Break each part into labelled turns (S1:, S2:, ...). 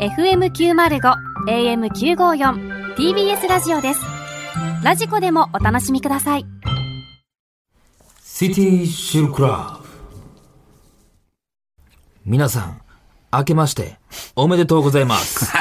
S1: FM905 AM954 TBS ラジオですラジコでもお楽しみください
S2: シティシルクラブ。皆さん、明けまして、おめでとうございます。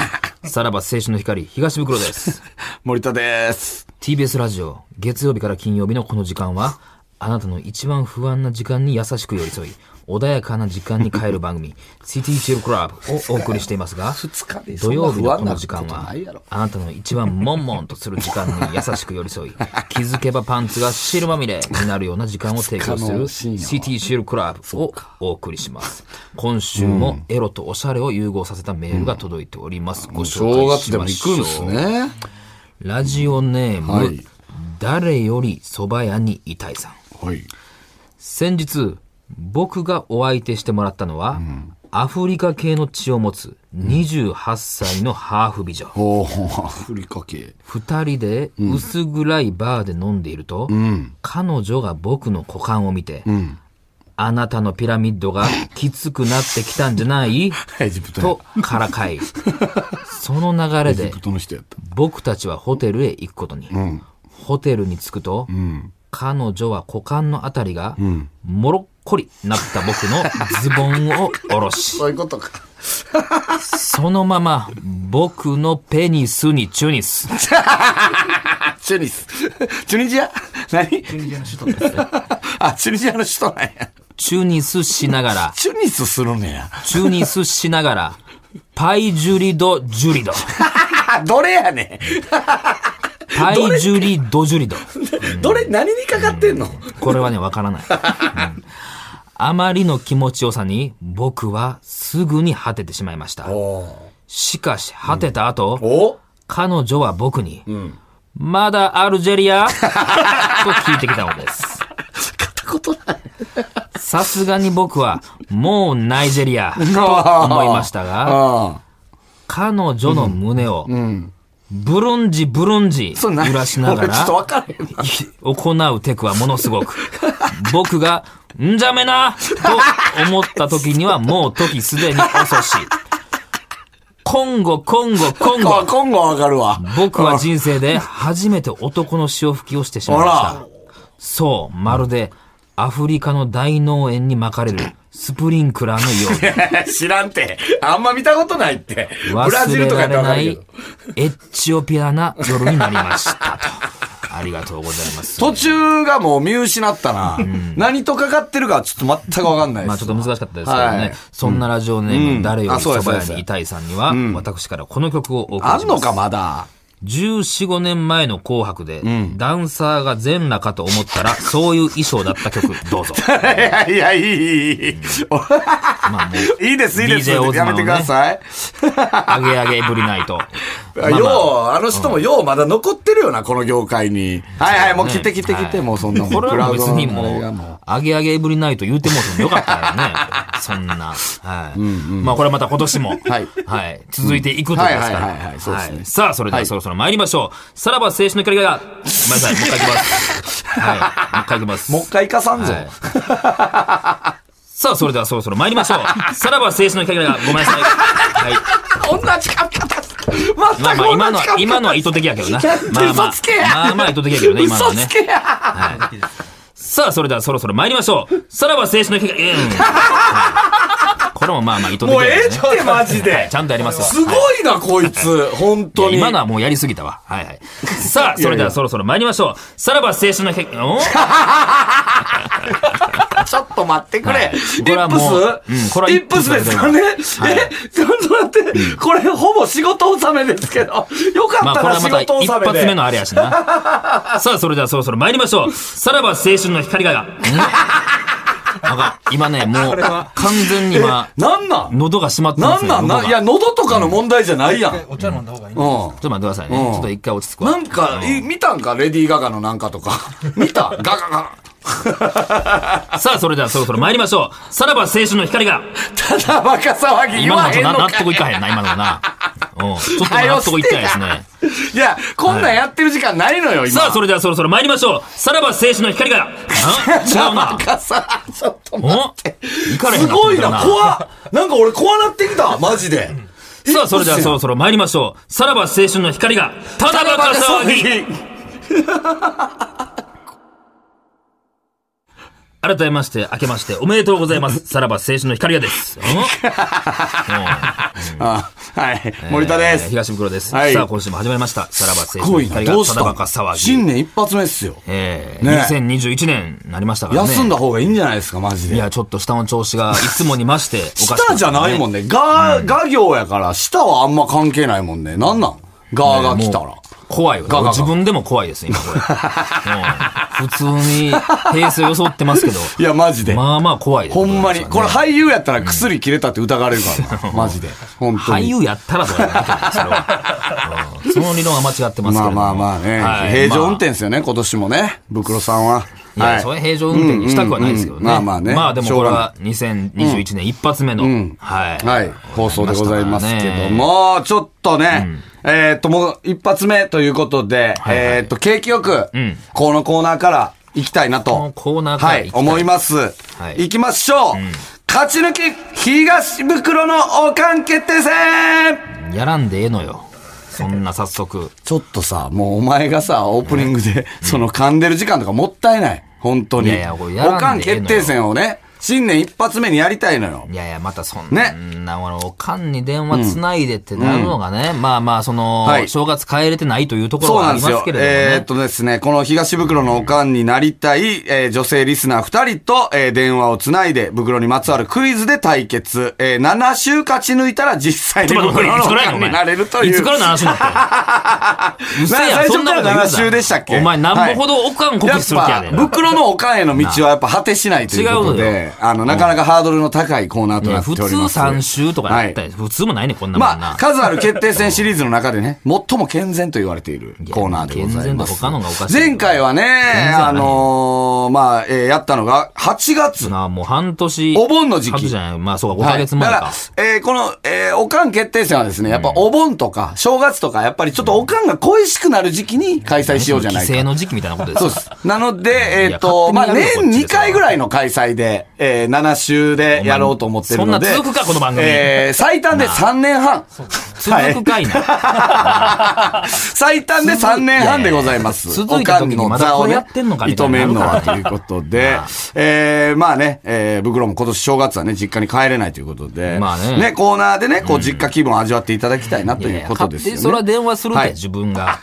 S2: さらば青春の光、東袋です。
S3: 森田です。
S2: TBS ラジオ、月曜日から金曜日のこの時間は、あなたの一番不安な時間に優しく寄り添い、穏やかな時間に変える番組、シティシルクラブをお送りしていますが、
S3: 日で
S2: 土曜日のこの時間
S3: そんな不安なこと
S2: は
S3: ないやろ、
S2: あなたの一番悶々とする時間に優しく寄り添い、気づけばパンツが汁まみれになるような時間を提供する
S3: 深夜は
S2: シティシェルクラブをお送りします。今週もエロとおしゃれを融合させたメールが届いております。ご紹
S3: 正
S2: 介
S3: 月
S2: し
S3: でも
S2: ま
S3: 行
S2: し
S3: く
S2: ょう。
S3: んですね。
S2: ラジオネーム、
S3: はい
S2: 誰より蕎麦屋にいたいさん。
S3: はい。
S2: 先日僕がお相手してもらったのは、アフリカ系の血を持つ28歳のハーフ美女、
S3: おー、アフリカ系。
S2: 2人で薄暗いバーで飲んでいると、彼女が僕の股間を見て、あなたのピラミッドがきつくなってきたんじゃない
S3: エジプトや
S2: とからかいその流れ
S3: エジ
S2: で
S3: プトの人やった。
S2: 僕たちはホテルへ行くことに、ホテルに着くと、彼女は股間のあたりが、もろっこりなった僕のズボンを下ろし
S3: そういうことか。
S2: そのまま僕のペニスにチュニス
S3: あ、チュニス。チュニジア何チュニジアの首都あ、チュニジアの首都なんや。
S2: チュニスしながら
S3: チュニスするのや。
S2: チュニスしながらパイジュリドジュリド
S3: あ、どれやね
S2: パイジュリドジュリド
S3: ん。どれ、何にかかってんの
S2: これはね、わからない。うんあまりの気持ちよさに、僕はすぐに果ててしまいました。しかし、果てた後、
S3: お
S2: 彼女は僕に、まだアルジェリア と聞いてきたのです。
S3: 片言なんや。
S2: さすがに僕は、もうナイジェリア、と思いましたが、
S3: あ
S2: 彼女の胸を、ブルンジブルンジ
S3: そ
S2: 揺
S3: んな、
S2: らしなが
S3: 俺ちょっと
S2: ら
S3: わからへんな。
S2: 行うテクはものす ごく、僕が、んじゃめなと思った時にはもう時すでに遅し、コンゴ、コンゴ、コンゴ
S3: あ、、今後わかるわ。
S2: 僕は人生で初めて男の潮吹きをしてしまいました。そう、まるでアフリカの大農園に巻かれるスプリンクラーのように。
S3: 知らんて。あんま見たことないって。 ブラジ
S2: 忘
S3: ル
S2: れ
S3: とからやっ
S2: れ
S3: たらわか
S2: な
S3: るけ
S2: い
S3: ど。
S2: エチオピアな夜になりましたと。 ありがとうございます。
S3: 途中がもう見失ったな。何とかかってるかちょっと全くわかんない
S2: ま
S3: で
S2: あちょ
S3: す
S2: っ。と難しかったですけどね。
S3: はい
S2: そんなラジオネーム、
S3: うん
S2: 誰より
S3: あそ
S2: 蕎
S3: うで
S2: 麦屋
S3: すそ
S2: に
S3: うです
S2: いたいさんには、私からこの曲をお送りします。
S3: あんのかま だ。
S2: 14、5年前の紅白で、ダンサーが全裸かと思ったら、そういう衣装だった曲、どう ぞ。
S3: いやいや、いい、いい、いい。
S2: まあもう、
S3: いいです、いいです。
S2: DJ 大島
S3: やめてください。
S2: あげあげエブリナイト。 まあまあ
S3: よう、あの人もようまだ残ってるよな、この業界に。はいはい、もう来て来て来て、もうそんなもん。
S2: これはもう別に
S3: クラウドのあ
S2: も
S3: れが
S2: う、あげあげエブリナイト言うてもうてもよかったから ね。そんな。はい。まあこれはまた今年も、
S3: はい
S2: はい。続いていくということですか
S3: うんはいはいはいは
S2: ら。
S3: いそうですね
S2: はいさあ、それではそろそろ参りましょう。さらば青春の光が、ごめんなさい、もう一回いき ます。はい。もう一回いきます。
S3: もう一回行かさんぞ。
S2: はい さあ、それではそろそろ参りましょ う。さらば青春の光が、ごめんなさい。はい。
S3: 同じ髪型全く同じ
S2: まあ
S3: 髪
S2: まあ、今のは、
S3: 型
S2: 今のは意図的や けどな。まあま
S3: 嘘
S2: あ
S3: つけや、
S2: まあまあ意図的やけどね、今のは
S3: 嘘
S2: ね
S3: つ。けや
S2: さあ、それではそろそろ参りましょう。さらば青春の光が、うん。これもまあまあ意図的
S3: もう
S2: だ
S3: ええ
S2: よ
S3: っ
S2: ね。
S3: て、マジで。
S2: ちゃんとやりますよ。
S3: すごいな、こいつ。本当
S2: はい
S3: に。
S2: 今のはもうやりすぎたわ。はいはい。さあ、それではそろそろ参りましょう。さらば青春の光、 うん
S3: ちょっと待ってく
S2: はい
S3: れ。
S2: これはもううんこれは
S3: イップス、
S2: イ
S3: イ
S2: ッ
S3: ッ
S2: プスで
S3: プスですす
S2: か
S3: からね。え、ちょっと待って、これほぼ仕事納めですけど。よか
S2: ま
S3: っ
S2: あ
S3: た
S2: これ
S3: な、
S2: はま
S3: 仕
S2: た
S3: 事
S2: 一
S3: 納め
S2: 発目
S3: で。
S2: のあれやし な。さあ、それではそろそろ参りましょう。さらば青春の光 が、うんあかん今ね、もう完全に今、
S3: なんなん
S2: 喉が閉まってま
S3: な
S2: す
S3: ん
S2: ね。
S3: なん
S2: 喉
S3: な
S2: が
S3: いや、喉とかの問題じゃないやん。お茶飲んだ方がいい。
S2: ち
S3: うん。
S2: ょっと待ってくださいね。
S3: うん
S2: ちょっと一回落ち着くわ。
S3: なんか、い見たんかレディー・ガガのなんか とか。見たガガガ。
S2: さあ、それではそろそろ参りましょう。さらば青春の光が、
S3: ただバカ騒ぎ言
S2: 今の
S3: わ
S2: はち
S3: へ
S2: ょ
S3: ん
S2: っ
S3: の
S2: とな納
S3: か
S2: 得いかへんな、今のはな。うん。ちょっと納得いかへんですね。
S3: いや、こんなんやってる時間ないのよ、今。
S2: さあ、それではそろそろ参りましょう。さらば青春の光が、ん 違うな
S3: バ。カさ、ちょっと待って
S2: おいかれへん
S3: すごい
S2: って
S3: な、
S2: きた
S3: 怖っなんか俺怖なってきた、マジで。
S2: さあ、それではそろそろ参りましょう。さらば青春の光が、ただバカ騒ぎ改めまして、明けまして、おめでとうございます。さらば青春の光がです。 ん
S3: あはい。森田で
S2: えー
S3: す。
S2: 東袋です。
S3: はい
S2: さあ、今週も始まりました。さらば青
S3: す
S2: 春
S3: ご
S2: の
S3: いな。
S2: 光
S3: ど
S2: が、
S3: う
S2: た
S3: し
S2: だバカ
S3: た
S2: 騒ぎ。
S3: 新年一発目っすよ。
S2: えー
S3: ね
S2: 2021年になりましたからね。
S3: 休んだ方がいいんじゃないですか、マジ
S2: い
S3: で。
S2: や、ちょっと下の調子がいつもに増して、おかし
S3: 舌じゃないもんね。ガー、ガ行やから、舌はあんま関係ないもんね。なんなんガーが来たら。
S2: 怖いわ。
S3: ガガガ
S2: 自分でも怖いです、今これ。うん普通に平成を装ってますけど。
S3: いや、マジで。
S2: まあまあ怖いです
S3: ほんまに。これ
S2: は
S3: 俳優やったら薬切れたって疑われるからな。マジで。本当
S2: 俳
S3: に。
S2: 優やったらとかじゃないけどねそれは。うんその理論は間違ってますけ
S3: ま
S2: れ
S3: あ
S2: ども。
S3: まあまあね
S2: は。い
S3: 平常運
S2: まあ
S3: 転ですよね、今年もね。ブクロさんは。
S2: いや、
S3: はい
S2: それは平常運転にしたくはないですけどね。
S3: うんうんうんまあまあね
S2: まあでもこれは2021年一発目の、はい。
S3: はい、放送でございますけど
S2: ね。
S3: も、ちょっとね、えーっと、もう一発目ということで、
S2: いはい
S3: えーっと、景気よく
S2: ん、
S3: このコーナーから行きたいなと。
S2: このコーナーから
S3: は
S2: 行
S3: い
S2: き、たい
S3: 思います。
S2: はい
S3: 行きましょう、勝ち抜き、東袋の王冠決定戦
S2: やらんでええのよ。そんな早速。
S3: ちょっとさ、もうお前がさ、オープニングで、その噛んでる時間とかもったいない。本当に。
S2: いやいやこれやらんで
S3: 王冠決定戦をね、新年一発目にやりたいのよ。
S2: いやいや、またそん
S3: ね
S2: な、ものおかんに電話つないでってなるのがね、まあまあ、その、
S3: はい
S2: 正月帰れてないというところ
S3: そう
S2: は
S3: な
S2: あ
S3: ん
S2: り
S3: です
S2: ます
S3: よ。
S2: けれどもね。
S3: えーっとですね、この東袋のおかんになりたい、えー女性リスナー2人と、えー電話をつないで、袋にまつわるクイズで対決。えー7週勝ち抜いたら実際に
S2: ちょっと待
S3: 袋
S2: って いつか
S3: のお
S2: らやね
S3: か
S2: ん
S3: ん
S2: お前
S3: になれるという。
S2: いつからの話になった のうせえや
S3: な最
S2: そ
S3: 初
S2: ん
S3: か
S2: なこと言う
S3: ら
S2: な
S3: 7週でしたっけ
S2: お前、なんぼほどおかんコピ
S3: や
S2: ー
S3: っ
S2: する気や
S3: ぱ
S2: ねん、。
S3: 袋のおかんへの道はやっぱ果てしないということ
S2: 違うのよ
S3: で、あの、なかなかハードルの高いコーナー
S2: い
S3: とな
S2: や
S3: って
S2: 普
S3: おり
S2: 通
S3: ます。
S2: 3週とかだった
S3: はい
S2: り、普通もないね、こんなもんな。
S3: まあ、数ある決定戦シリーズの 中でね、最も健全と言われているコーナーでございま
S2: い
S3: す。
S2: や健全と他のがおかしい
S3: 前回はね、
S2: 然あ
S3: あ
S2: る
S3: のー、まあ、えーやったのが、8月。
S2: なあ、もう半年。
S3: お盆の時期
S2: 半年じゃない。まあそうか、5
S3: は
S2: ヶ
S3: い
S2: 月前か。
S3: だから、えーこの、えーおかん決定戦はですね、やっぱお盆とか、正月とか、やっぱりちょっとおかんが恋しくなる時期に開催しようじゃないか
S2: 帰省。の時期みたいなことです
S3: そ
S2: か
S3: うです。なので、えっ、
S2: い
S3: と、
S2: や
S3: まあ、
S2: 勝手にやるよ
S3: 年2回ぐらいの開催で、えー、7週で
S2: 前
S3: やろうと思ってるので。
S2: そんな続くかこの番組
S3: えー、最短で3年半。
S2: 続くかいな。
S3: 最短で3年半でございます。
S2: 続いた時にまだこれや
S3: ね、
S2: ってんのかみた
S3: 認
S2: いに
S3: め
S2: なる
S3: んの
S2: から
S3: はということ で、えー、まあね、えー、袋も今年正月はね、実家に帰れないということで、
S2: まあね
S3: コーナーでね、こう実家気分を味わっていただきたいなと
S2: いやい
S3: いう
S2: や
S3: ことです
S2: 勝手にそ
S3: よ
S2: れは
S3: ね。
S2: 電話するっ
S3: は
S2: て、
S3: い
S2: 自分が。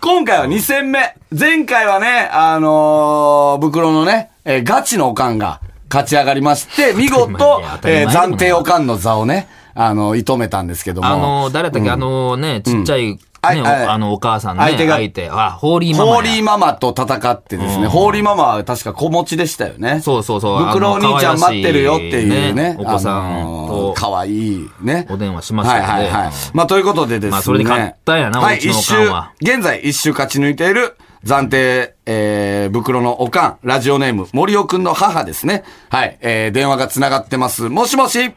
S3: 今回は2戦目。前回はね、あのー、袋のね、えーガチのおかんが勝ち上がりまして、見
S2: 当たり前
S3: 事
S2: いや、当たり前
S3: えー
S2: でもない
S3: 暫定おかんの座をね、あの、射止めたんですけども。
S2: あの、誰だっけ、あのね、ちっちゃい、ね、
S3: はい
S2: お
S3: はい
S2: あの、お母さんね、
S3: 相手が
S2: 相手。あ、ホーリーママ
S3: ホ
S2: や。
S3: ーリーママと戦ってですね、ホーリーママは確か子持ちでしたよね。
S2: そうそうそう
S3: 袋お兄ちゃん待ってるよってい
S2: あ
S3: うね。
S2: の可愛らしいねお子さんと
S3: あのーかわいいね。
S2: お電話しましたけどね
S3: はいはいはい。まあということでですね。
S2: まあそれで勝ったんやな
S3: は
S2: う
S3: い、
S2: ちの
S3: 一
S2: お
S3: 周
S2: かんは、
S3: 現在一周勝ち抜いている暫定、えー、袋のおかん、ラジオネーム、森尾くんの母ですね。はい、えー、電話が繋がってます。もしもし、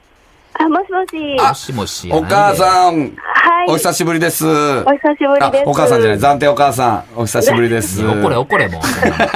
S4: あ、もしもし。
S2: もしもし。
S3: お母
S2: ん。
S3: さん。
S4: はい。
S3: お久しぶりです。お
S4: お久しぶりです
S3: お母さんじゃない、暫定お母さん。お久しぶりです。
S2: 怒れ怒れもう。そんなの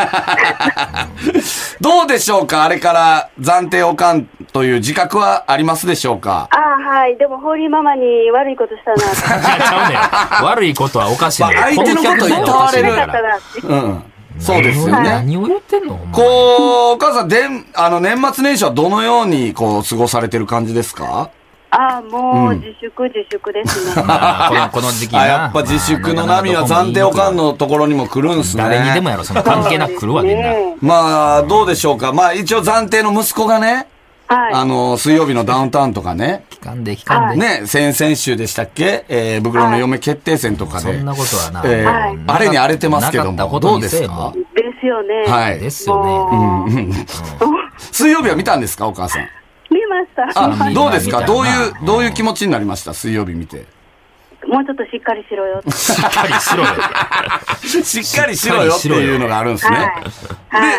S3: どうでしょうかあれから暫定おかんという自覚はありますでしょうか
S4: あはい。でも、ホーリーママに悪いことしたな。
S2: いやちゃうねん悪いことはおかしいねん
S3: まあ相手のこと
S2: この
S3: 言
S2: 客
S3: ったわれる
S2: お
S4: な
S2: かしいか
S4: かった
S2: ら
S4: なって。
S3: うん。そうですよね。
S2: 何を言ってんのお前
S3: こう、お母さん、でん、あの、年末年始はどのように、こう、過ごされてる感じですか
S4: あもう、自粛、自粛ですね。
S2: まあこのこの時期
S3: あ、
S2: な
S3: やっぱ自粛の波は暫定おかん。のところにも来るんすね。
S2: 誰にでもやろ、その関係なく来るわ、みんな。
S3: まあ、どうでしょうか。まあ、一応暫定の息子がね、あ
S4: はい。
S3: の、水曜日のダウンタウンとかね、
S2: 聞かんで、聞かんで。
S3: ね、先々週でしたっけえー、袋の嫁決定戦とか
S2: そ
S3: で
S2: ん。なことはな。
S3: え
S4: はい
S3: ー、あれに荒れてますけど
S2: なかった
S3: も、
S2: こ
S3: ど
S2: と
S3: う
S2: に
S3: で
S2: せ
S3: す
S2: え
S3: か
S2: も
S4: ですよね。
S3: はい
S2: ですよね。
S4: もう、
S3: 水曜日は見たんですかお母さん。
S4: 見ました。
S3: あ、どうですか
S2: 見た
S3: どうい
S2: 見た
S3: う、どういう気持ちになりました水曜日見て。
S4: もうちょっとしっかりしろよ。
S2: しっかりしろよ。
S3: しっかりしろよっていうのがあるんですね。
S4: はい。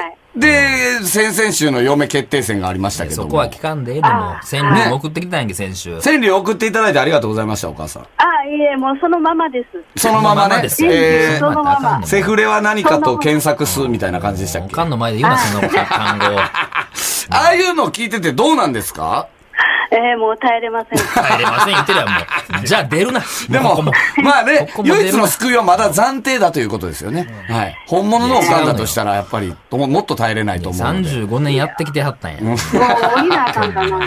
S4: はい。
S3: で、で、先々週の嫁決定戦がありましたけど
S2: そ
S3: も。
S2: こは聞かんでええでも
S4: あ、
S2: 先週送ってきたんやんけ、先週。
S3: 川柳送っていただいてありがとうございました、お母さん。
S4: あいえ、もうそのままです。
S3: そのままね、
S2: ですよ
S3: え
S4: そ
S3: ー、
S4: のまま
S3: セフレは何かと検索すみたいな感じでしたっ
S2: お
S3: け
S2: かんの前で言うな、そんな単語。
S3: ああいうのを聞いててどうなんですか
S4: えー、もう耐えれません。
S2: 帰れません、言ってるやん、もう。 じゃあ出るな。
S3: で
S2: うこ
S3: も
S2: こも。、
S3: まあね
S2: ここ、も出る
S3: 唯一の救いはまだ暫定だということですよね。はい。本物のおかんだとしたら、やっぱり、とももっと耐えれないと思うので。
S2: 35年やってきてはったんや。もう
S4: もう降りなあかん かな。もう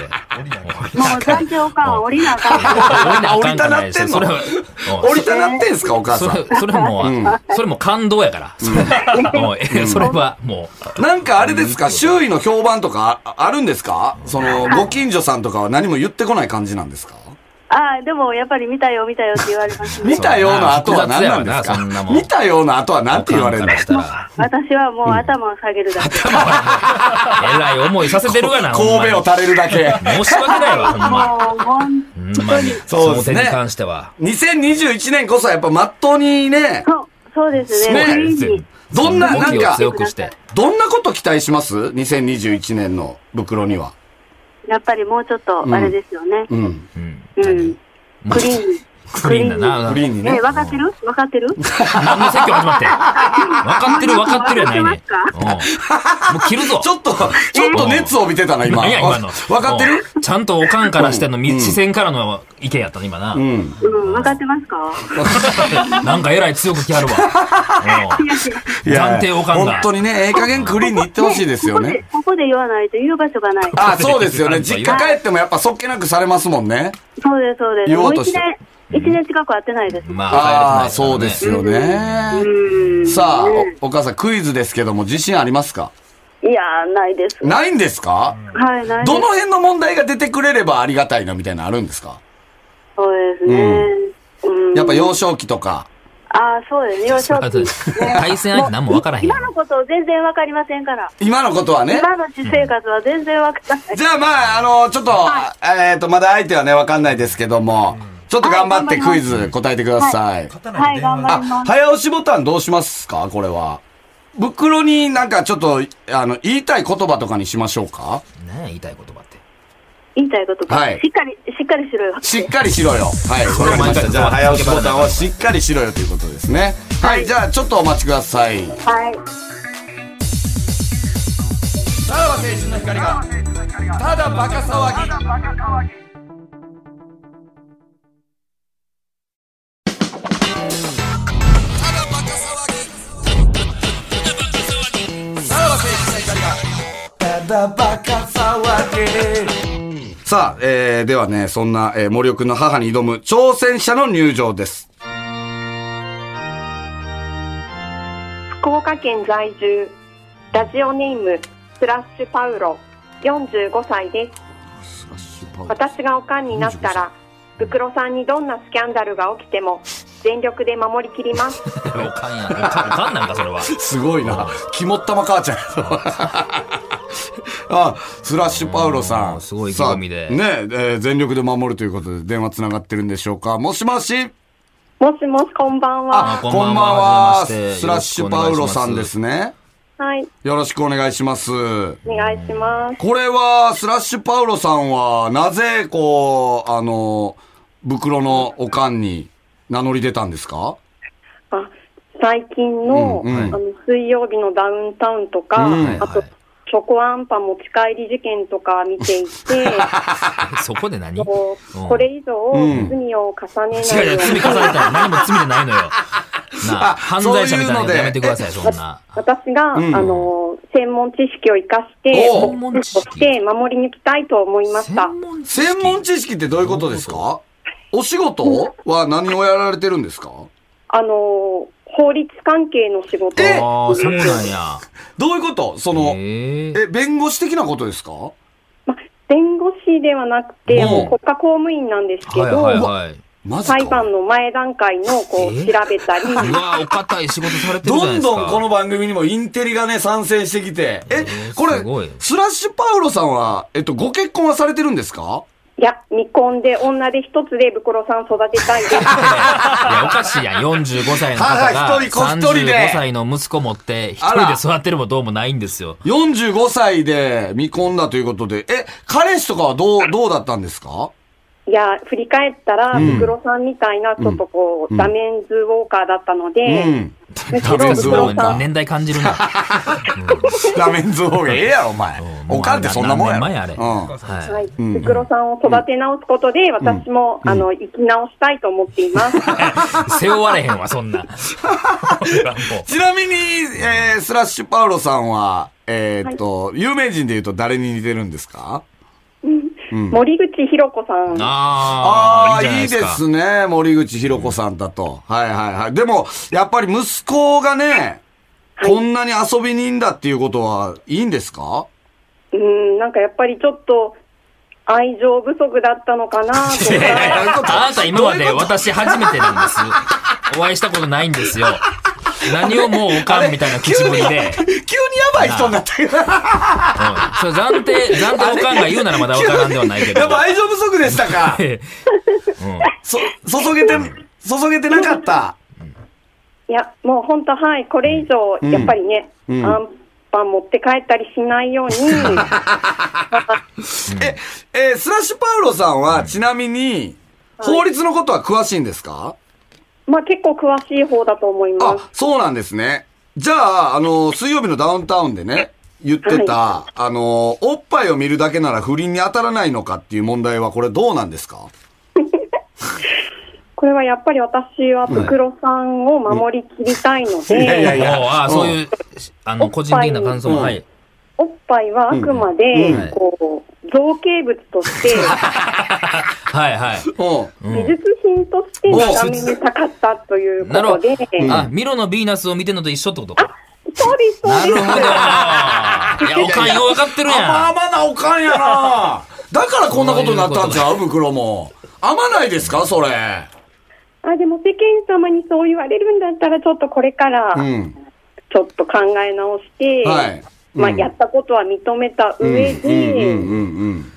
S4: 残業感は降りなあかん かな。
S2: あかんか
S3: 降りたなってんの
S2: それは、
S3: 降りたなってんすか、お母
S2: そ
S3: さ
S2: れ、それもう、それも感動やから。それもう えそれは、も
S3: ん。なんかあれですか、周囲の評判とかああるんですかその、ご近所さんとかは何も言ってこない感じなんですか
S4: ああ、でもやっぱり見たよ見たよって言われますね
S3: 見。たような後は何なんです
S2: そうやな複雑やわなそんな
S3: か
S2: もん
S3: 見たような後は
S2: う、
S3: 何て言われる
S2: お
S3: ん
S2: かんから
S3: で
S2: し
S3: す
S2: た、
S3: から
S4: 私はもう頭を下げるだけ。
S2: えらい思いさせてるがな、ほんまに
S3: 神戸を垂れるだけ。
S2: 申し訳ないわ、ほんま。
S4: もう、本
S2: ほんまに。
S3: そうです
S2: そ
S3: ね
S2: の点に関しては。
S3: 2021年こそやっぱまっとうにね、
S4: 当、そうですね。
S3: ね
S4: ついに
S3: どんな、
S2: 動
S3: なん
S2: きを
S3: か、
S2: 強くして。
S3: どんなこと期待します ?2021 年の袋には。
S4: やっぱりもうちょっと、あれですよね。
S3: うん。
S2: うん。
S4: うん。クリーンに。
S2: クリーンだな。
S3: グリーンに
S4: ね
S3: ね。
S4: 分かってる分かってる
S2: 何の説教始まってん。分かってる分かってるやないねん。うんもう切るぞ。
S3: ちょっと、ちょっと熱を帯びてたな、今。
S2: 何や今の。
S3: わかってる
S2: うんちゃんとおかんからしてのみ
S3: うん
S2: 視線からの意見やったね、今な
S3: う。 ん。
S4: うん、分かってますか
S2: なんかえらい強く来はるわ。うん
S3: いや
S2: 暫定おかんが
S3: 本当にね、ええ加減クリーンに行ってほしいですよね。
S4: ここでここで言わないと言う場所がない。
S3: あ、そうですよね。
S2: ここで
S3: 実家帰ってもやっぱそっけなくされますもんね。
S4: そうです、そうです。
S3: 言お
S4: も
S3: う
S4: う
S3: とし
S4: 一
S3: て
S4: 年、一年近く会ってないです。
S2: ま
S3: あ
S2: あ、
S3: あ、そうですよ
S4: う
S3: ね。
S4: ん。
S3: さあ、
S4: ね
S3: おお母さん、クイズですけども、自信ありますか
S4: いやー、ないです。
S3: ないんですか
S4: はい、ないです。
S3: どの辺の問題が出てくれればありがたいなみたいなのあるんですか
S4: そうですね。うん。
S3: やっぱ幼少期とか。
S4: ああ、そうですね。幼
S2: そ
S4: 少
S2: うや
S4: 期
S2: ね。対戦相手何も分からへんや
S4: 今
S2: ん。
S4: のこと全然わかりませんから。
S3: 今のことはね。
S4: 今の私生活は全然わからない。
S3: じゃあまあ、あの、ちょっと、えっ、と、まだ相手はね、わかんないですけども、ちょっと頑張ってクイズ答えてください。
S4: はい、頑張り
S3: あ
S4: ま、す。
S3: 早押しボタンどうしますかこれは。袋になんかちょっと、あの、言いたい言葉とかにしましょうか
S2: 何や言いたい言葉って。
S4: 言いたいことか。
S3: はい
S4: しっかり、しっかりしろよ。
S3: しっかりしろよ。はい、わかりました。じゃあ、早押しボタンをしっかりしろよということですね。はい、じゃあ、ちょっとお待ちください。
S4: はい。
S3: さらば青春の光が、ただバカ騒ぎ。さあ、えー、ではね、そんな、えー、森尾くんの母に挑む挑戦者の入場です。
S5: 福岡県在住ラジオネームスラッシュパウロ45歳です私がおかんになったら袋さんにどんなスキャンダルが起きても全力で守りきります
S2: おかんやん。おかんおかんなんか、それは。
S3: すごいな。肝っ玉母ちゃん。 あ、スラッシュパウロさ
S2: うん
S3: ん。
S2: すごい意気込みで
S3: さあねえー全力で守るということで電話つながってるんでしょうか。もしもし
S5: もしもしこんばんは
S2: あこんばんは
S3: こんばん
S2: はじめま
S3: は
S2: して
S3: スラッシュパウロさん
S2: よ
S3: で
S2: ろし
S3: すね。
S5: はい
S3: よろしくお願いします。
S5: お願いします
S3: これは、スラッシュパウロさんは、なぜ、こう、あの、袋のおかんに名乗り出たんですか
S5: あ最近の,、
S3: うんうん
S5: あの水曜日のダウンタウンとか、
S3: うん
S5: あとチョコアンパン持ち帰り事件とか 見ていて
S2: そこで何違う
S5: こう
S2: うん
S5: これ以上
S3: うん
S5: 罪を重ねない
S2: 違う、
S5: ように
S2: 積み重ねたら何も罪でないのよ。な
S3: あ
S2: あ、犯罪者みたいなのやめてください、そんな。
S5: 私が、
S3: うん
S5: あの、専門知識を生かして、
S3: おう
S5: ボックスとして守りに行きたいと思いました。
S2: 門
S3: 専門知識ってどういうことですかお仕事は何をやられてるんですか
S5: あの、法律関係の仕事
S3: え
S2: ああ、そうなんや。
S3: どういうことその、
S2: ええ
S3: え、弁護士的なことですか
S5: ま、弁護士ではなくて、
S3: おう
S5: もう国家公務員なんですけど、
S2: はいはいはい。
S3: マジか。
S5: 裁判の前段階の、こう、
S2: え
S5: 調べたり、
S2: うわお堅い仕事されてるじゃな
S3: ど
S2: い
S3: ん
S2: ですか。
S3: どんこの番組にもインテリがね、参戦してきて。え
S2: ー、
S3: これ
S2: すごい、
S3: スラッシュパウロさんは、えっと、ご結婚はされてるんですか
S5: いや、未婚で女で一つで袋さん育てた いです。
S2: いや、おかしいや ん。45歳の方が、
S3: 母一人子一人で
S2: 35歳の息子持って、一人で育てるもどうもないんです よ。
S3: ?45 歳で未婚だということで、え、彼氏とかはどう、どうだったんですか
S5: いや、振り返ったら、
S3: うん
S5: ブクロさんみたいな、ちょっとこ
S3: う
S5: う、
S3: ん
S5: ダメンズウォーカーだったので、
S3: うん。
S5: むし
S2: ダ
S5: ろ
S2: メン
S5: ブ
S2: ズ
S5: ク
S2: ウォ
S5: ロ
S2: ーカ
S5: さ
S2: ー
S5: ん、
S2: 年代感じる な。
S3: ラメンズ方がええやろ、お前。
S2: うん
S3: おかんってそんなもんやろ。
S2: 何年前あれ。
S3: うん。
S2: は。
S5: はいい、
S3: うん
S5: ブクロさんを育て直すことで、私も、あの、生き直したいと思っています。
S2: 背負われへんわ、そん な。俺はも
S3: ちなみに、えー、スラッシュパウロさんは、えーっと、有名人で言うと誰に似てるんですか うん
S5: 森口博子さん
S2: う。
S3: あ
S2: あ
S3: あ
S2: あ、
S3: ー、い
S2: い
S3: い
S2: いじゃ
S3: で
S2: ないですか。
S3: すね。森口博子さんだと。はいはいはい。でも、やっぱり息子がね、
S5: はい
S3: こんなに遊び人だっていうことはいいんですか
S5: うん、なんかやっぱりちょっと、愛情不足だったのかなと
S2: いやいや
S5: か、
S2: いやあなた今まで私初めてなんです。お会いしたことないんですよ。何をもうおかんみたいな口ぶりで。
S3: 急にやばい人になったけど。
S2: うんそれ暫定、暫定おかんが言うならまだわからんではないけど。。
S3: やっぱ愛情不足でしたか
S2: うん
S3: そ、注げて、注げてなかった。
S5: いや、もう本当、はい、これ以上、
S3: ん
S5: やっぱりね、
S3: うん
S5: アンパン持って帰ったりしないよう に、
S3: え、えースラッシュパウロさんは、ちなみに、法律のことは詳しいんですか、
S5: まあ結構詳しい方だと思います
S3: あ。、そうなんですね。じゃあ、あの、水曜日のダウンタウンでね、言ってた、あの、おっぱいを見るだけなら不倫に当たらないのかっていう問題は、これどうなんですか
S5: これはやっぱり私はブクロさんを守りきりたいので、
S3: いやいやいや
S2: もう、ああ、そういう、あの、個人的な感想
S3: う
S2: も、
S3: ん
S2: はい。
S5: おっぱいはあくま
S3: う
S5: で
S3: ん
S2: うん、
S5: こう、造形物として、
S2: はいはい。
S3: うん。
S5: 美術品として眺めめたかったというこ
S2: なるほ
S5: とで、
S2: ど。あ、ミロのヴィーナスを見てんのと一緒ってことか。
S5: そうです、そう
S2: なる
S5: で
S2: ほ
S5: す
S2: ど。い。や、おかんよう分かってる
S3: あ
S2: や
S3: まなおかんやなだからこんなことになったんちゃう袋も。あまないですかそれ。
S5: あ、でも世間様にそう言われるんだったら、ちょっとこれから、
S3: うん。
S5: ちょっと考え直して、
S3: はいうん
S5: まあ、やったことは認めた
S3: うん。
S5: 上で、
S3: うんうんうん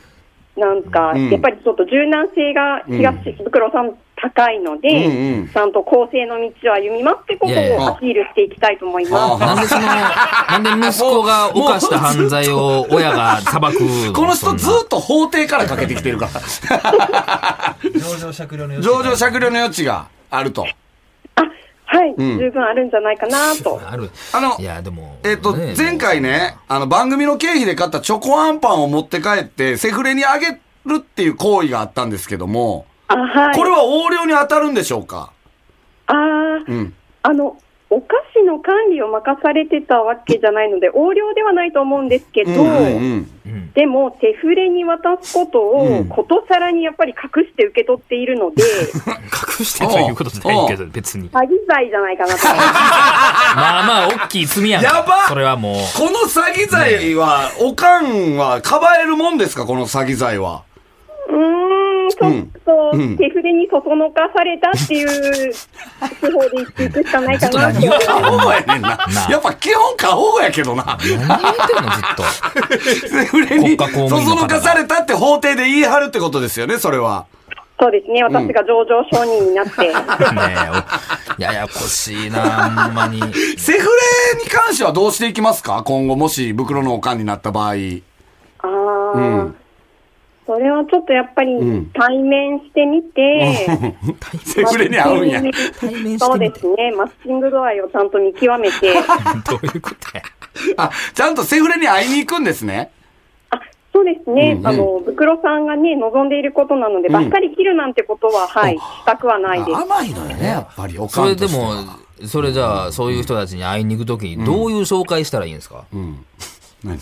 S5: なんか、
S3: うん
S5: やっぱりちょっと柔軟性が東袋さん高いので、
S3: うんうん
S5: ちゃんと公正の道を歩みますってこと
S2: いやいや
S5: をアピールしていきたいと思い
S3: あ
S5: ま
S3: あ
S5: す。
S2: なんでその、なんで息子が犯した犯罪を親が裁く
S3: う
S2: の
S3: ん。この人ず
S2: そんな
S3: っと法廷からかけてきてるから。
S6: 上場酌量の余地
S3: 上場酌量の余地があると。
S5: あはい、
S3: ん
S5: 十分あるんじゃないかなと。
S2: ある。
S3: あの
S2: い、や、でも。
S3: えっと、
S2: ね
S3: 前回。ね、あの、番組の経費で買ったチョコアンパンを持って帰って、セフレにあげるっていう行為があったんですけども、
S5: あはい。
S3: これは横領に当たるんでしょうか
S5: あー
S3: うん。
S5: あの、お菓子の管理を任されてたわけじゃないので、横領ではないと思うんですけど、
S3: うん。
S2: うん
S5: でも、手触れに渡すこと
S3: う
S5: を、
S3: ん
S5: ことさらにやっぱり隠して受け取っている ので、
S2: 隠してということじゃないけど、別に。
S5: 詐欺罪じゃないかなと。
S2: まあまあ、大きい罪やんか。
S3: やば
S2: それはもう。
S3: この詐欺罪は、おかんは、かばえるもんですかこの詐欺罪は。
S5: うーん、ちょっ
S3: う
S5: と
S3: ん、
S5: 手触れにそそのかされたっていう、手法で言っていくしかないかなと。
S3: 過保護やねんな。やっぱ基本過保護やけどな。
S2: 何言ってんの、ずっと。
S3: セフレ
S2: 国家
S3: に、
S2: 公務
S3: そ
S2: 員の方
S3: その
S2: が
S3: かされたって法廷で言い張るってことですよね、それは。
S5: そうですね、私が上場承認になって。
S2: ねえお、ややこしいな、あん まに。
S3: セフレに関してはどうしていきますか今後、もし、袋のおかんになっ た場合。
S5: ああ、それはちょっとやっぱり
S3: うん
S5: 対面してみて、
S3: セフレに合うんや。
S5: 対面そうですね、マッチング度合いをちゃんと見極 めて、
S2: どういうことや。
S3: あ、ちゃんとセフレに会いに行くんですね。
S5: あそうですね、
S3: うんうん
S5: あの、ブクロさんがね、望んでいることなので、ばっかり切るなんてことは、はい、したくはないです。
S3: 甘いのよね、やっぱり。お
S2: そ
S3: か
S2: れ
S3: ん
S2: で
S3: としては
S2: も、それじゃあ、そういう人たちに会いに行くときに、どういう紹介したらいいんですか、
S3: うん。何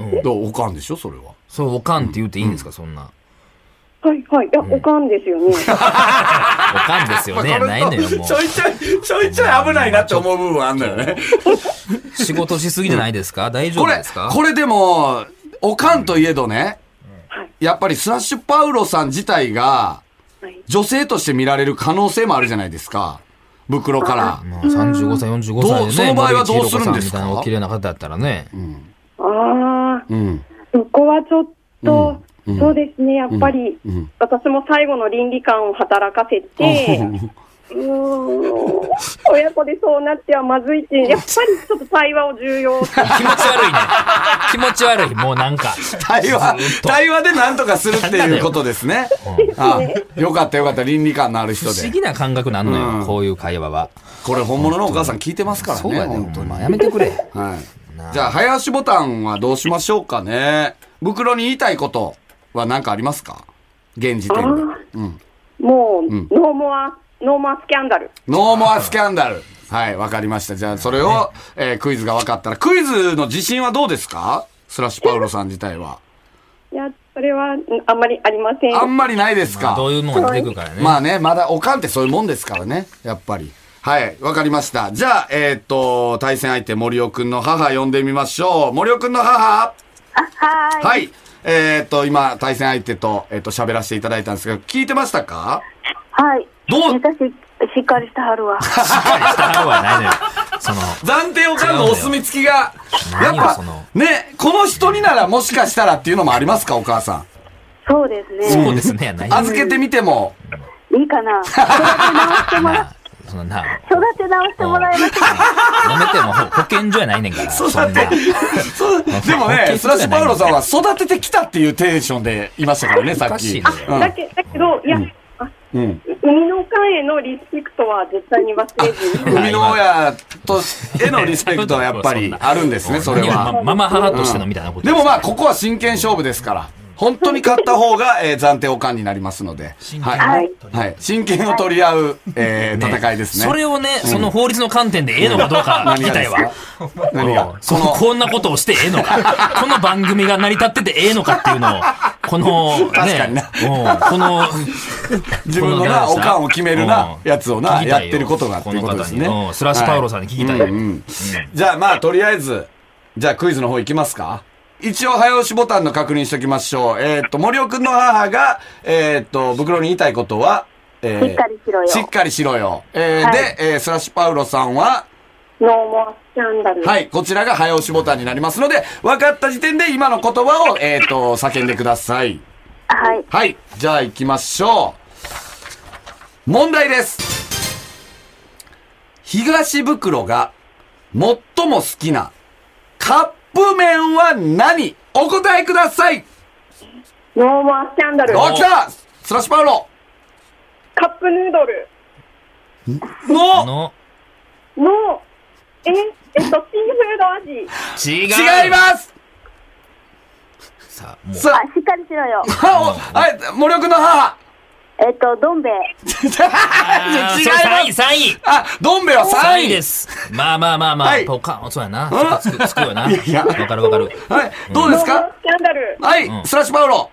S5: え
S3: どうおかんでしょそれは。
S2: それおかんって言っていいんですか、そんな。
S5: はいはい、いや、おかんですよね。
S2: おかんですよね。ないの よ、も
S3: ちょいちょい、ちょいちょい危ないなって思う部分はあんのよね。
S2: う。仕事しすぎじゃないですか大丈
S3: こ
S2: 夫
S3: れ
S2: ですか、
S3: これでも、おかんといえどね、
S5: はい
S3: やっぱりスラッシュパウロさん自体が、
S5: はい
S3: 女性として見られる可能性もあるじゃないですか。袋から。
S2: まあ、35歳、45歳で
S3: どう
S2: ね。
S3: その場合はどうするんです
S2: 森口博子さみた
S3: か
S2: いなお綺麗な方だったらね。
S5: あ
S3: うん。
S5: あ、そこはちょっと、
S3: うんうん
S5: そうですね、やっぱり、
S3: うん
S5: 私も最後の倫理観を働かせて、うーん親子でそうなってはまずいし、やっぱりちょっと対話を重 要。
S2: 気持ち悪いね。気持ち悪い。もうなんか。
S3: 対話、対話で何とかするっていうことですね。あよかったよかった、倫理観のある
S2: 不
S3: 人
S2: 思
S3: で。
S2: 議な感覚なんのよ、
S3: うん
S2: こういう会話は。
S3: これ本物のお母さん聞いてますから
S2: そう
S3: ね、
S2: やね
S3: 本当。に。
S2: まあ
S3: は
S2: やめてくれ。
S3: い。じゃあ、早押しボタンはどうしましょうかね。袋に言いたいことは何かありますか現時点で。うん。
S5: もう、
S3: ん
S5: ノーモア、ノーモアスキャンダル。
S3: ノーモアスキャンダル。はい、わかりました。じゃあ、それを、えークイズが分かったら。クイズの自信はどうですかスラッシュパウロさん自体は。
S5: いや、それはんあんまりありません。
S3: あんまりないですか
S2: どういうのが出てくるからね。
S3: まあね、まだおかんってそういうもんですからね、やっぱり。はい、わかりました。じゃあ、えーっと、対戦相手、森尾くんの母呼んでみましょう。森尾くんの母
S4: は
S3: はい。えーっと、今、対戦相手と、えーっと、喋らせていただいたんですけど、聞いてましたか
S4: はい。
S2: どう
S4: 私、しっかりしてはるわ。
S2: しっかりしたはないのよ。その、
S3: 暫定おかんのお墨付きが、やっ
S2: 何よ
S3: ぱ
S2: その、
S3: ね、この人にならもしかしたらっていうのもありますか、お母さ
S4: そうですね。
S2: そうですね、やない
S3: ん。預けてみても、
S4: いいかな。育て直してもら、
S2: なそのな、
S4: 育て直してもらえますか。
S2: やめてもう保健所やないねんから。そんな。
S3: そうでも
S2: 保
S3: ね、
S2: 健
S3: ス
S2: 所じゃない
S3: ラッシュパウロさんは育ててきたっていうテンションでいましたからね、さ
S2: お
S3: っ
S2: かし
S3: き
S2: い。ね。
S3: うん
S5: だけだけど、いや、あ
S3: うん。
S5: 海の間へのリスペクトは絶対に忘れずに。
S3: 生みの親 とへのリスペクトはやっぱりあるんですね、それ
S2: 何よ
S3: は。
S2: まママ母としてのみたいなこと
S3: でもまあ、ここは真剣勝負ですから。本当に勝った方が、えー暫定おかんになりますので。
S6: 真剣を
S3: は
S4: はいい。
S3: はい。真剣を取り合う、えー
S2: ね
S3: 戦いですね。
S2: それをね、その法律の観点でええのかどうか聞きたいわ。
S3: 何が
S2: そ
S3: そ
S2: の
S3: の
S2: こんなことをしてええのか。 この番組が成り立っててええのかっていうのを、この、ね、
S3: 確かにな
S2: うんこの、
S3: 自分のな、おかんを決めるな、やつをな、やってることがっていうことですね。
S2: うんスラッシュパウロさんに聞きたいよ
S3: はうんうんじゃあまあ、とりあえず、じゃあクイズの方いきますか一応、早押しボタンの確認しときましょう。えーっと、森尾くんの母が、えーっと、袋に言いたいことは、えー
S4: しっかりしろよ
S3: しっかりしろよ。えー
S4: はい
S3: で、えースラッシュパウロさんは、
S5: ノーモアスキャンダル。
S3: はい、こちらが早押しボタンになりますので、分かった時点で今の言葉を、えーっと、叫んでください。
S4: はい。
S3: はい。じゃあ行きましょう。問題です。東袋が最も好きなカップ麺は何お答えください
S5: ノーモアスキャンダル。
S3: お、来たスラッシュパウロ
S5: カップヌードル
S2: あ
S3: の
S2: の、
S5: の、え、 えっと、シーフード味。
S2: 違う
S3: 違います
S2: さあ、もう、
S3: さ
S4: あ、しっかりしろよ。
S3: あ、おはい、森尾くんの母
S4: えっと、どん兵衛。
S2: あー
S3: 違い
S2: それ
S3: ます
S2: 3位、3位
S3: あ、どん兵衛は3
S2: 3
S3: 位
S2: 位です。まあまあまあまあ、
S3: はい
S2: ポカン、そうやな。そこつく、つくよな。わ
S3: いやいや
S2: かるわかる。
S3: はい、どうです
S5: ノーモ
S3: か
S5: アスキャンダル。
S3: はい、
S2: うん
S3: スラッシュパウロ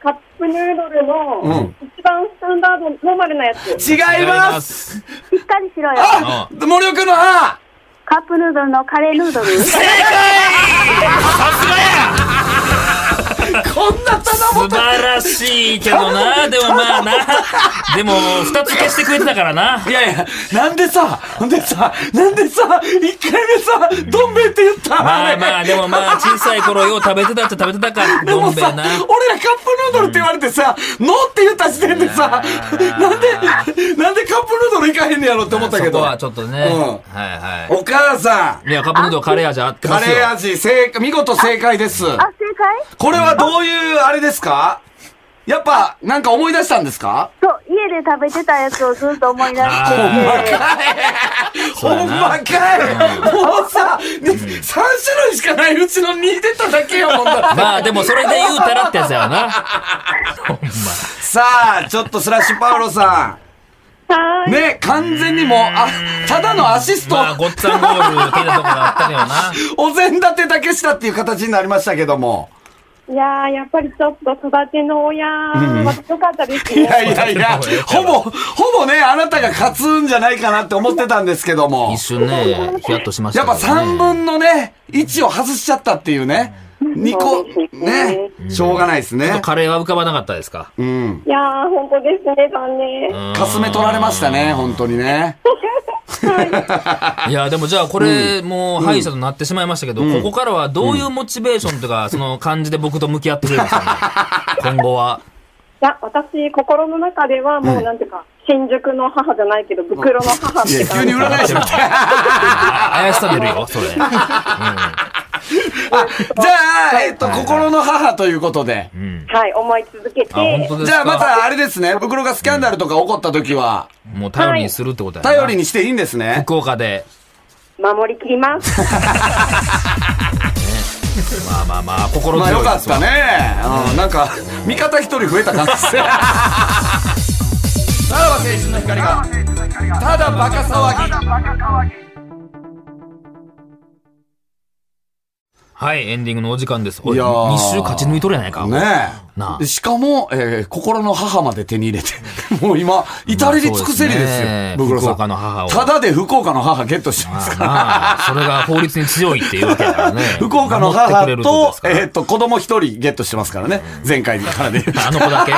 S5: カップヌードルの、
S3: うん
S5: 一番スタンダード、ノーマルなやつ。
S3: 違います
S2: す。
S4: しっかりしろよ。
S3: あ森尾くんの母
S4: カップヌードルのカレーヌードル。
S2: 正解さすがや
S3: こんなただ
S2: 素晴らしいけどな。でもまあな。でも、二つ消してくれてたからな。
S3: いやいや、なんでさ、なんでさ、なんでさ、一回目さ、どん兵衛って言った
S2: まあまあ、
S3: れ
S2: でもまあ、小さい頃よう食べてたっちゃ食べてた か、
S3: で
S2: ど
S3: も
S2: ん兵衛な
S3: さ、俺ら。カップヌードルって言われてさ、ノーって言った時点でさ、なんで、なんでカップヌードルいかへんねやろって思ったけ
S2: そこ
S3: ど。
S2: はちょっとね。はい
S3: うん
S2: は
S3: お母さ
S2: い。いや、カップヌードルカレー味あっ
S3: ん、
S2: て
S3: カ
S2: ますよ。
S3: レー味、正解、見事正解です。
S4: あ、正解
S3: これはどういう、あれですかやっぱ、なんか思い出したんですか
S4: そう、家で食べてたやつをずっと思い出して
S2: あー
S4: て。
S2: そう
S3: ほ
S2: や
S3: ん
S2: な
S3: まかいもうさ、ね3種類しかないうちの2出ただけよ、ほんだら
S2: まあでもそれで言うたらってやつやわな。ほんま。
S3: さあ、ちょっとスラッシュパウロさ
S5: はー
S3: ん。
S5: い。
S3: ね、完全にもう、あ、ただのアシスト、
S2: まあ、ごっつぁんゴール受けたとこがあったのよ な。
S3: お膳立てだけしたっていう形になりましたけども。
S5: いやー、やっぱりちょっと育ての親は良かったです
S3: い
S5: ね。
S3: やいやいや、ほぼ、ほぼね、あなたが勝つんじゃないかなって思ってたんですけども
S2: 一。瞬ね、ヒヤッとしまし
S3: や
S2: た
S3: っ
S2: けど
S3: ぱ
S2: ね。
S3: 3分のね、1を外しちゃったっていうね。2個、ね、しょうがないです
S2: ちょっ
S3: ね
S2: と。カレーは浮かばなかったですか。
S3: うん。
S5: いやー、本当ですね、残念。
S3: かすめ取られましたね、本当にね。
S2: いや、でもじゃあこれ、もう敗者となってしまいましたけど、ここから はどういうモチベーションとか、その感じで僕と向き合ってくれるんですかね。今後は。
S5: や、私、心の中では、もう、なんていうか、新宿の母じゃないけど、袋の母っ
S3: い
S5: て
S3: や、急
S5: 感
S3: に
S5: じ。
S3: 占い 師みたい。
S2: あ怪しさ出るよ、 それ。
S3: あ、じゃあ、えっと、心の母ということで。
S2: うん。うん。
S5: はい、思い続け
S2: あ、本
S5: て
S2: 当、です
S3: じ
S2: か
S3: ゃあ、またあれですね、袋がスキャンダルとか起こった時は、
S2: もう頼りにするってことやな。
S3: 頼りにしていいんですね。
S2: 福岡で。
S5: 守りきります。
S2: まあまあまあ、心
S3: まあ、
S2: 強
S3: よ
S2: い
S3: か
S2: で
S3: っ
S2: すわ
S3: た。ね。うん、なんか、味方一人増えた感 じです。さらば青春の光が、ただバカ騒ぎ。
S2: はい、エンディングのお時間です。おい、
S3: いやー
S2: 2週勝ち抜いとるやないか。
S3: ね
S2: な
S3: え。
S2: あ
S3: しかも、えー心の母まで手に入れて、 もう今、至れり尽くせり
S2: まあそう
S3: ですよ
S2: ですね、
S3: ブクロさ
S2: 福
S3: ん。
S2: 岡の母を
S3: ただで福岡の母ゲットしてます
S2: まあ
S3: から。。
S2: まあ、それが法律に強いっていうわけだからね
S3: 福岡の
S2: 守って
S3: 母
S2: くれるってことで
S3: と
S2: す、
S3: え
S2: から
S3: ーっと、子供一人ゲットしてますからね。前回から で言うと。
S2: あの子だけ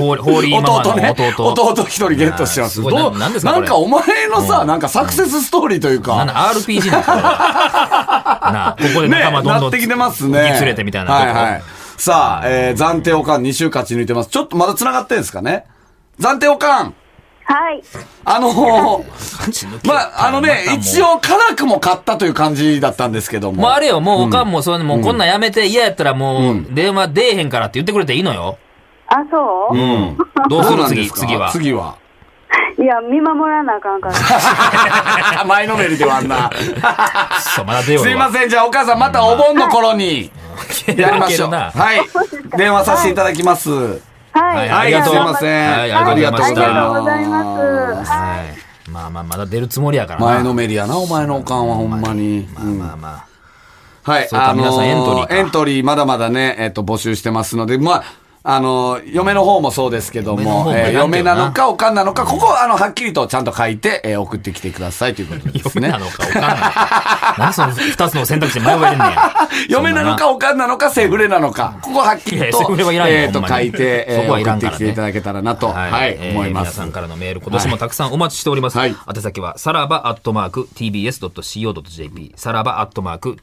S2: 法法理ママ
S3: 弟
S2: の
S3: ね。
S2: 弟。
S3: 弟一人ゲットしてます。
S2: いやーすごい
S3: どう
S2: ななんですか
S3: な
S2: こ
S3: ん
S2: れ
S3: かお前のさ、
S2: うん
S3: なんかサクセスストーリーという
S2: なん
S3: か。
S2: だ RPG なんです かこれはなあ、ここで
S3: ね
S2: 仲間どんどん
S3: なってきてますね。
S2: 引き連れてみたいなとこ
S3: はいはい。さあ、えー、暫定おかん2週勝ち抜いてます。ちょっとまだ繋がってんですかね暫定おかん
S4: はい。
S3: あのー、
S2: 勝ち抜け
S3: まあ、あのね
S2: また、もう
S3: 一応、辛くも買ったという感じだったんですけども。
S2: もうあれよ、もうおかんもそう、もうこんなんやめて嫌やったらもう電話出えへんからって言ってくれていいのよ。
S4: あ、そうう、
S3: ん。
S2: どうす
S3: どう
S2: る
S3: なんで
S2: 次、
S3: すか
S2: 次は。
S3: 次は。
S4: いや、見守らなあ かんから。
S3: 前のめりではあんな。
S2: そう、まだ出よう
S3: すいません、じゃあお母さんまたお盆の頃 に
S2: せ
S3: やりましょう。
S2: な。
S3: はい。電話させていただきます。
S4: は
S2: はい
S4: い。
S2: あ
S3: は
S2: り
S3: い、
S2: がと
S3: す
S2: う
S3: いません。
S2: はいありがとうございました
S4: ありがとうございます。はい
S2: はい。まあまあ、まだ出るつもりやからな。
S3: 前のめりやな、お前のおかんはほんまに。
S2: まあまあまあ。
S3: はい、
S2: そうか皆さんエントリーか
S3: エントリーまだまだね、えっ、と、募集してますので、まあ、あのー、嫁の方もそうですけど
S2: 嫁の
S3: も、
S2: 方も
S3: えー
S2: やんけ
S3: 嫁
S2: ど
S3: な
S2: な
S3: のか、おかんなのか、ここは、あの、はっきりとちゃんと書いて、えー送ってきてくださいということです
S2: 嫁
S3: ね
S2: な。のかおかんなのか。何その二つの選択肢で迷えんねや。
S3: 嫁なのか、おかんなのか、セフレなのか、ここはっき
S2: いや
S3: り
S2: い
S3: と
S2: やセ、フレはいらんよ
S3: えっ、
S2: ほん
S3: と、
S2: ま
S3: 書
S2: に
S3: いて、え
S2: そこは
S3: ー
S2: い
S3: 送
S2: ら
S3: っ
S2: ん
S3: て
S2: からね
S3: きていただけたらなと、はい、
S2: えー
S3: 思いま
S2: 皆
S3: す
S2: さ。んからのメール、今年もたくさんお待ちしております。宛先は、さらばアットマーク tbs.co.jp、さらばアットマーク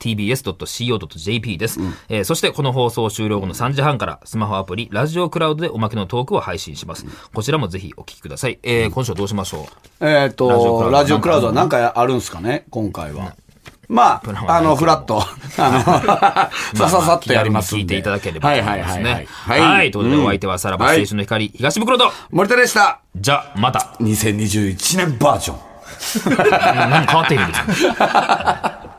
S2: tbs.co.jp です、えーそして、この放送終了後の3時半から、スマホアプリ、ラジオクラウドでおまけのトークを配信します。こちらもぜひお聞きください。えー今週はどうしましょ
S3: えっ、と、ラ
S2: ラ
S3: ジ
S2: ジ
S3: オ
S2: オ
S3: ク
S2: ク
S3: ラ
S2: ラウ
S3: ウ
S2: ド
S3: ド
S2: は
S3: は何かあるんですかね今回は。ま
S2: プラン
S3: あ、
S2: は
S3: あ
S2: ない
S3: の、
S2: け
S3: フ
S2: ど
S3: ラッ ト、あの、さささっとやりますん
S2: 気軽に聞いて
S3: で。
S2: いただければと思いますね。
S3: は
S2: はいい
S3: はいはいはい。
S2: ということで、お相手はさらば
S3: うん
S2: 青春の光、東袋と、
S3: 森田でした。
S2: じゃ、ま た。
S3: 2021年バージョン。
S2: 何か変わっているんですか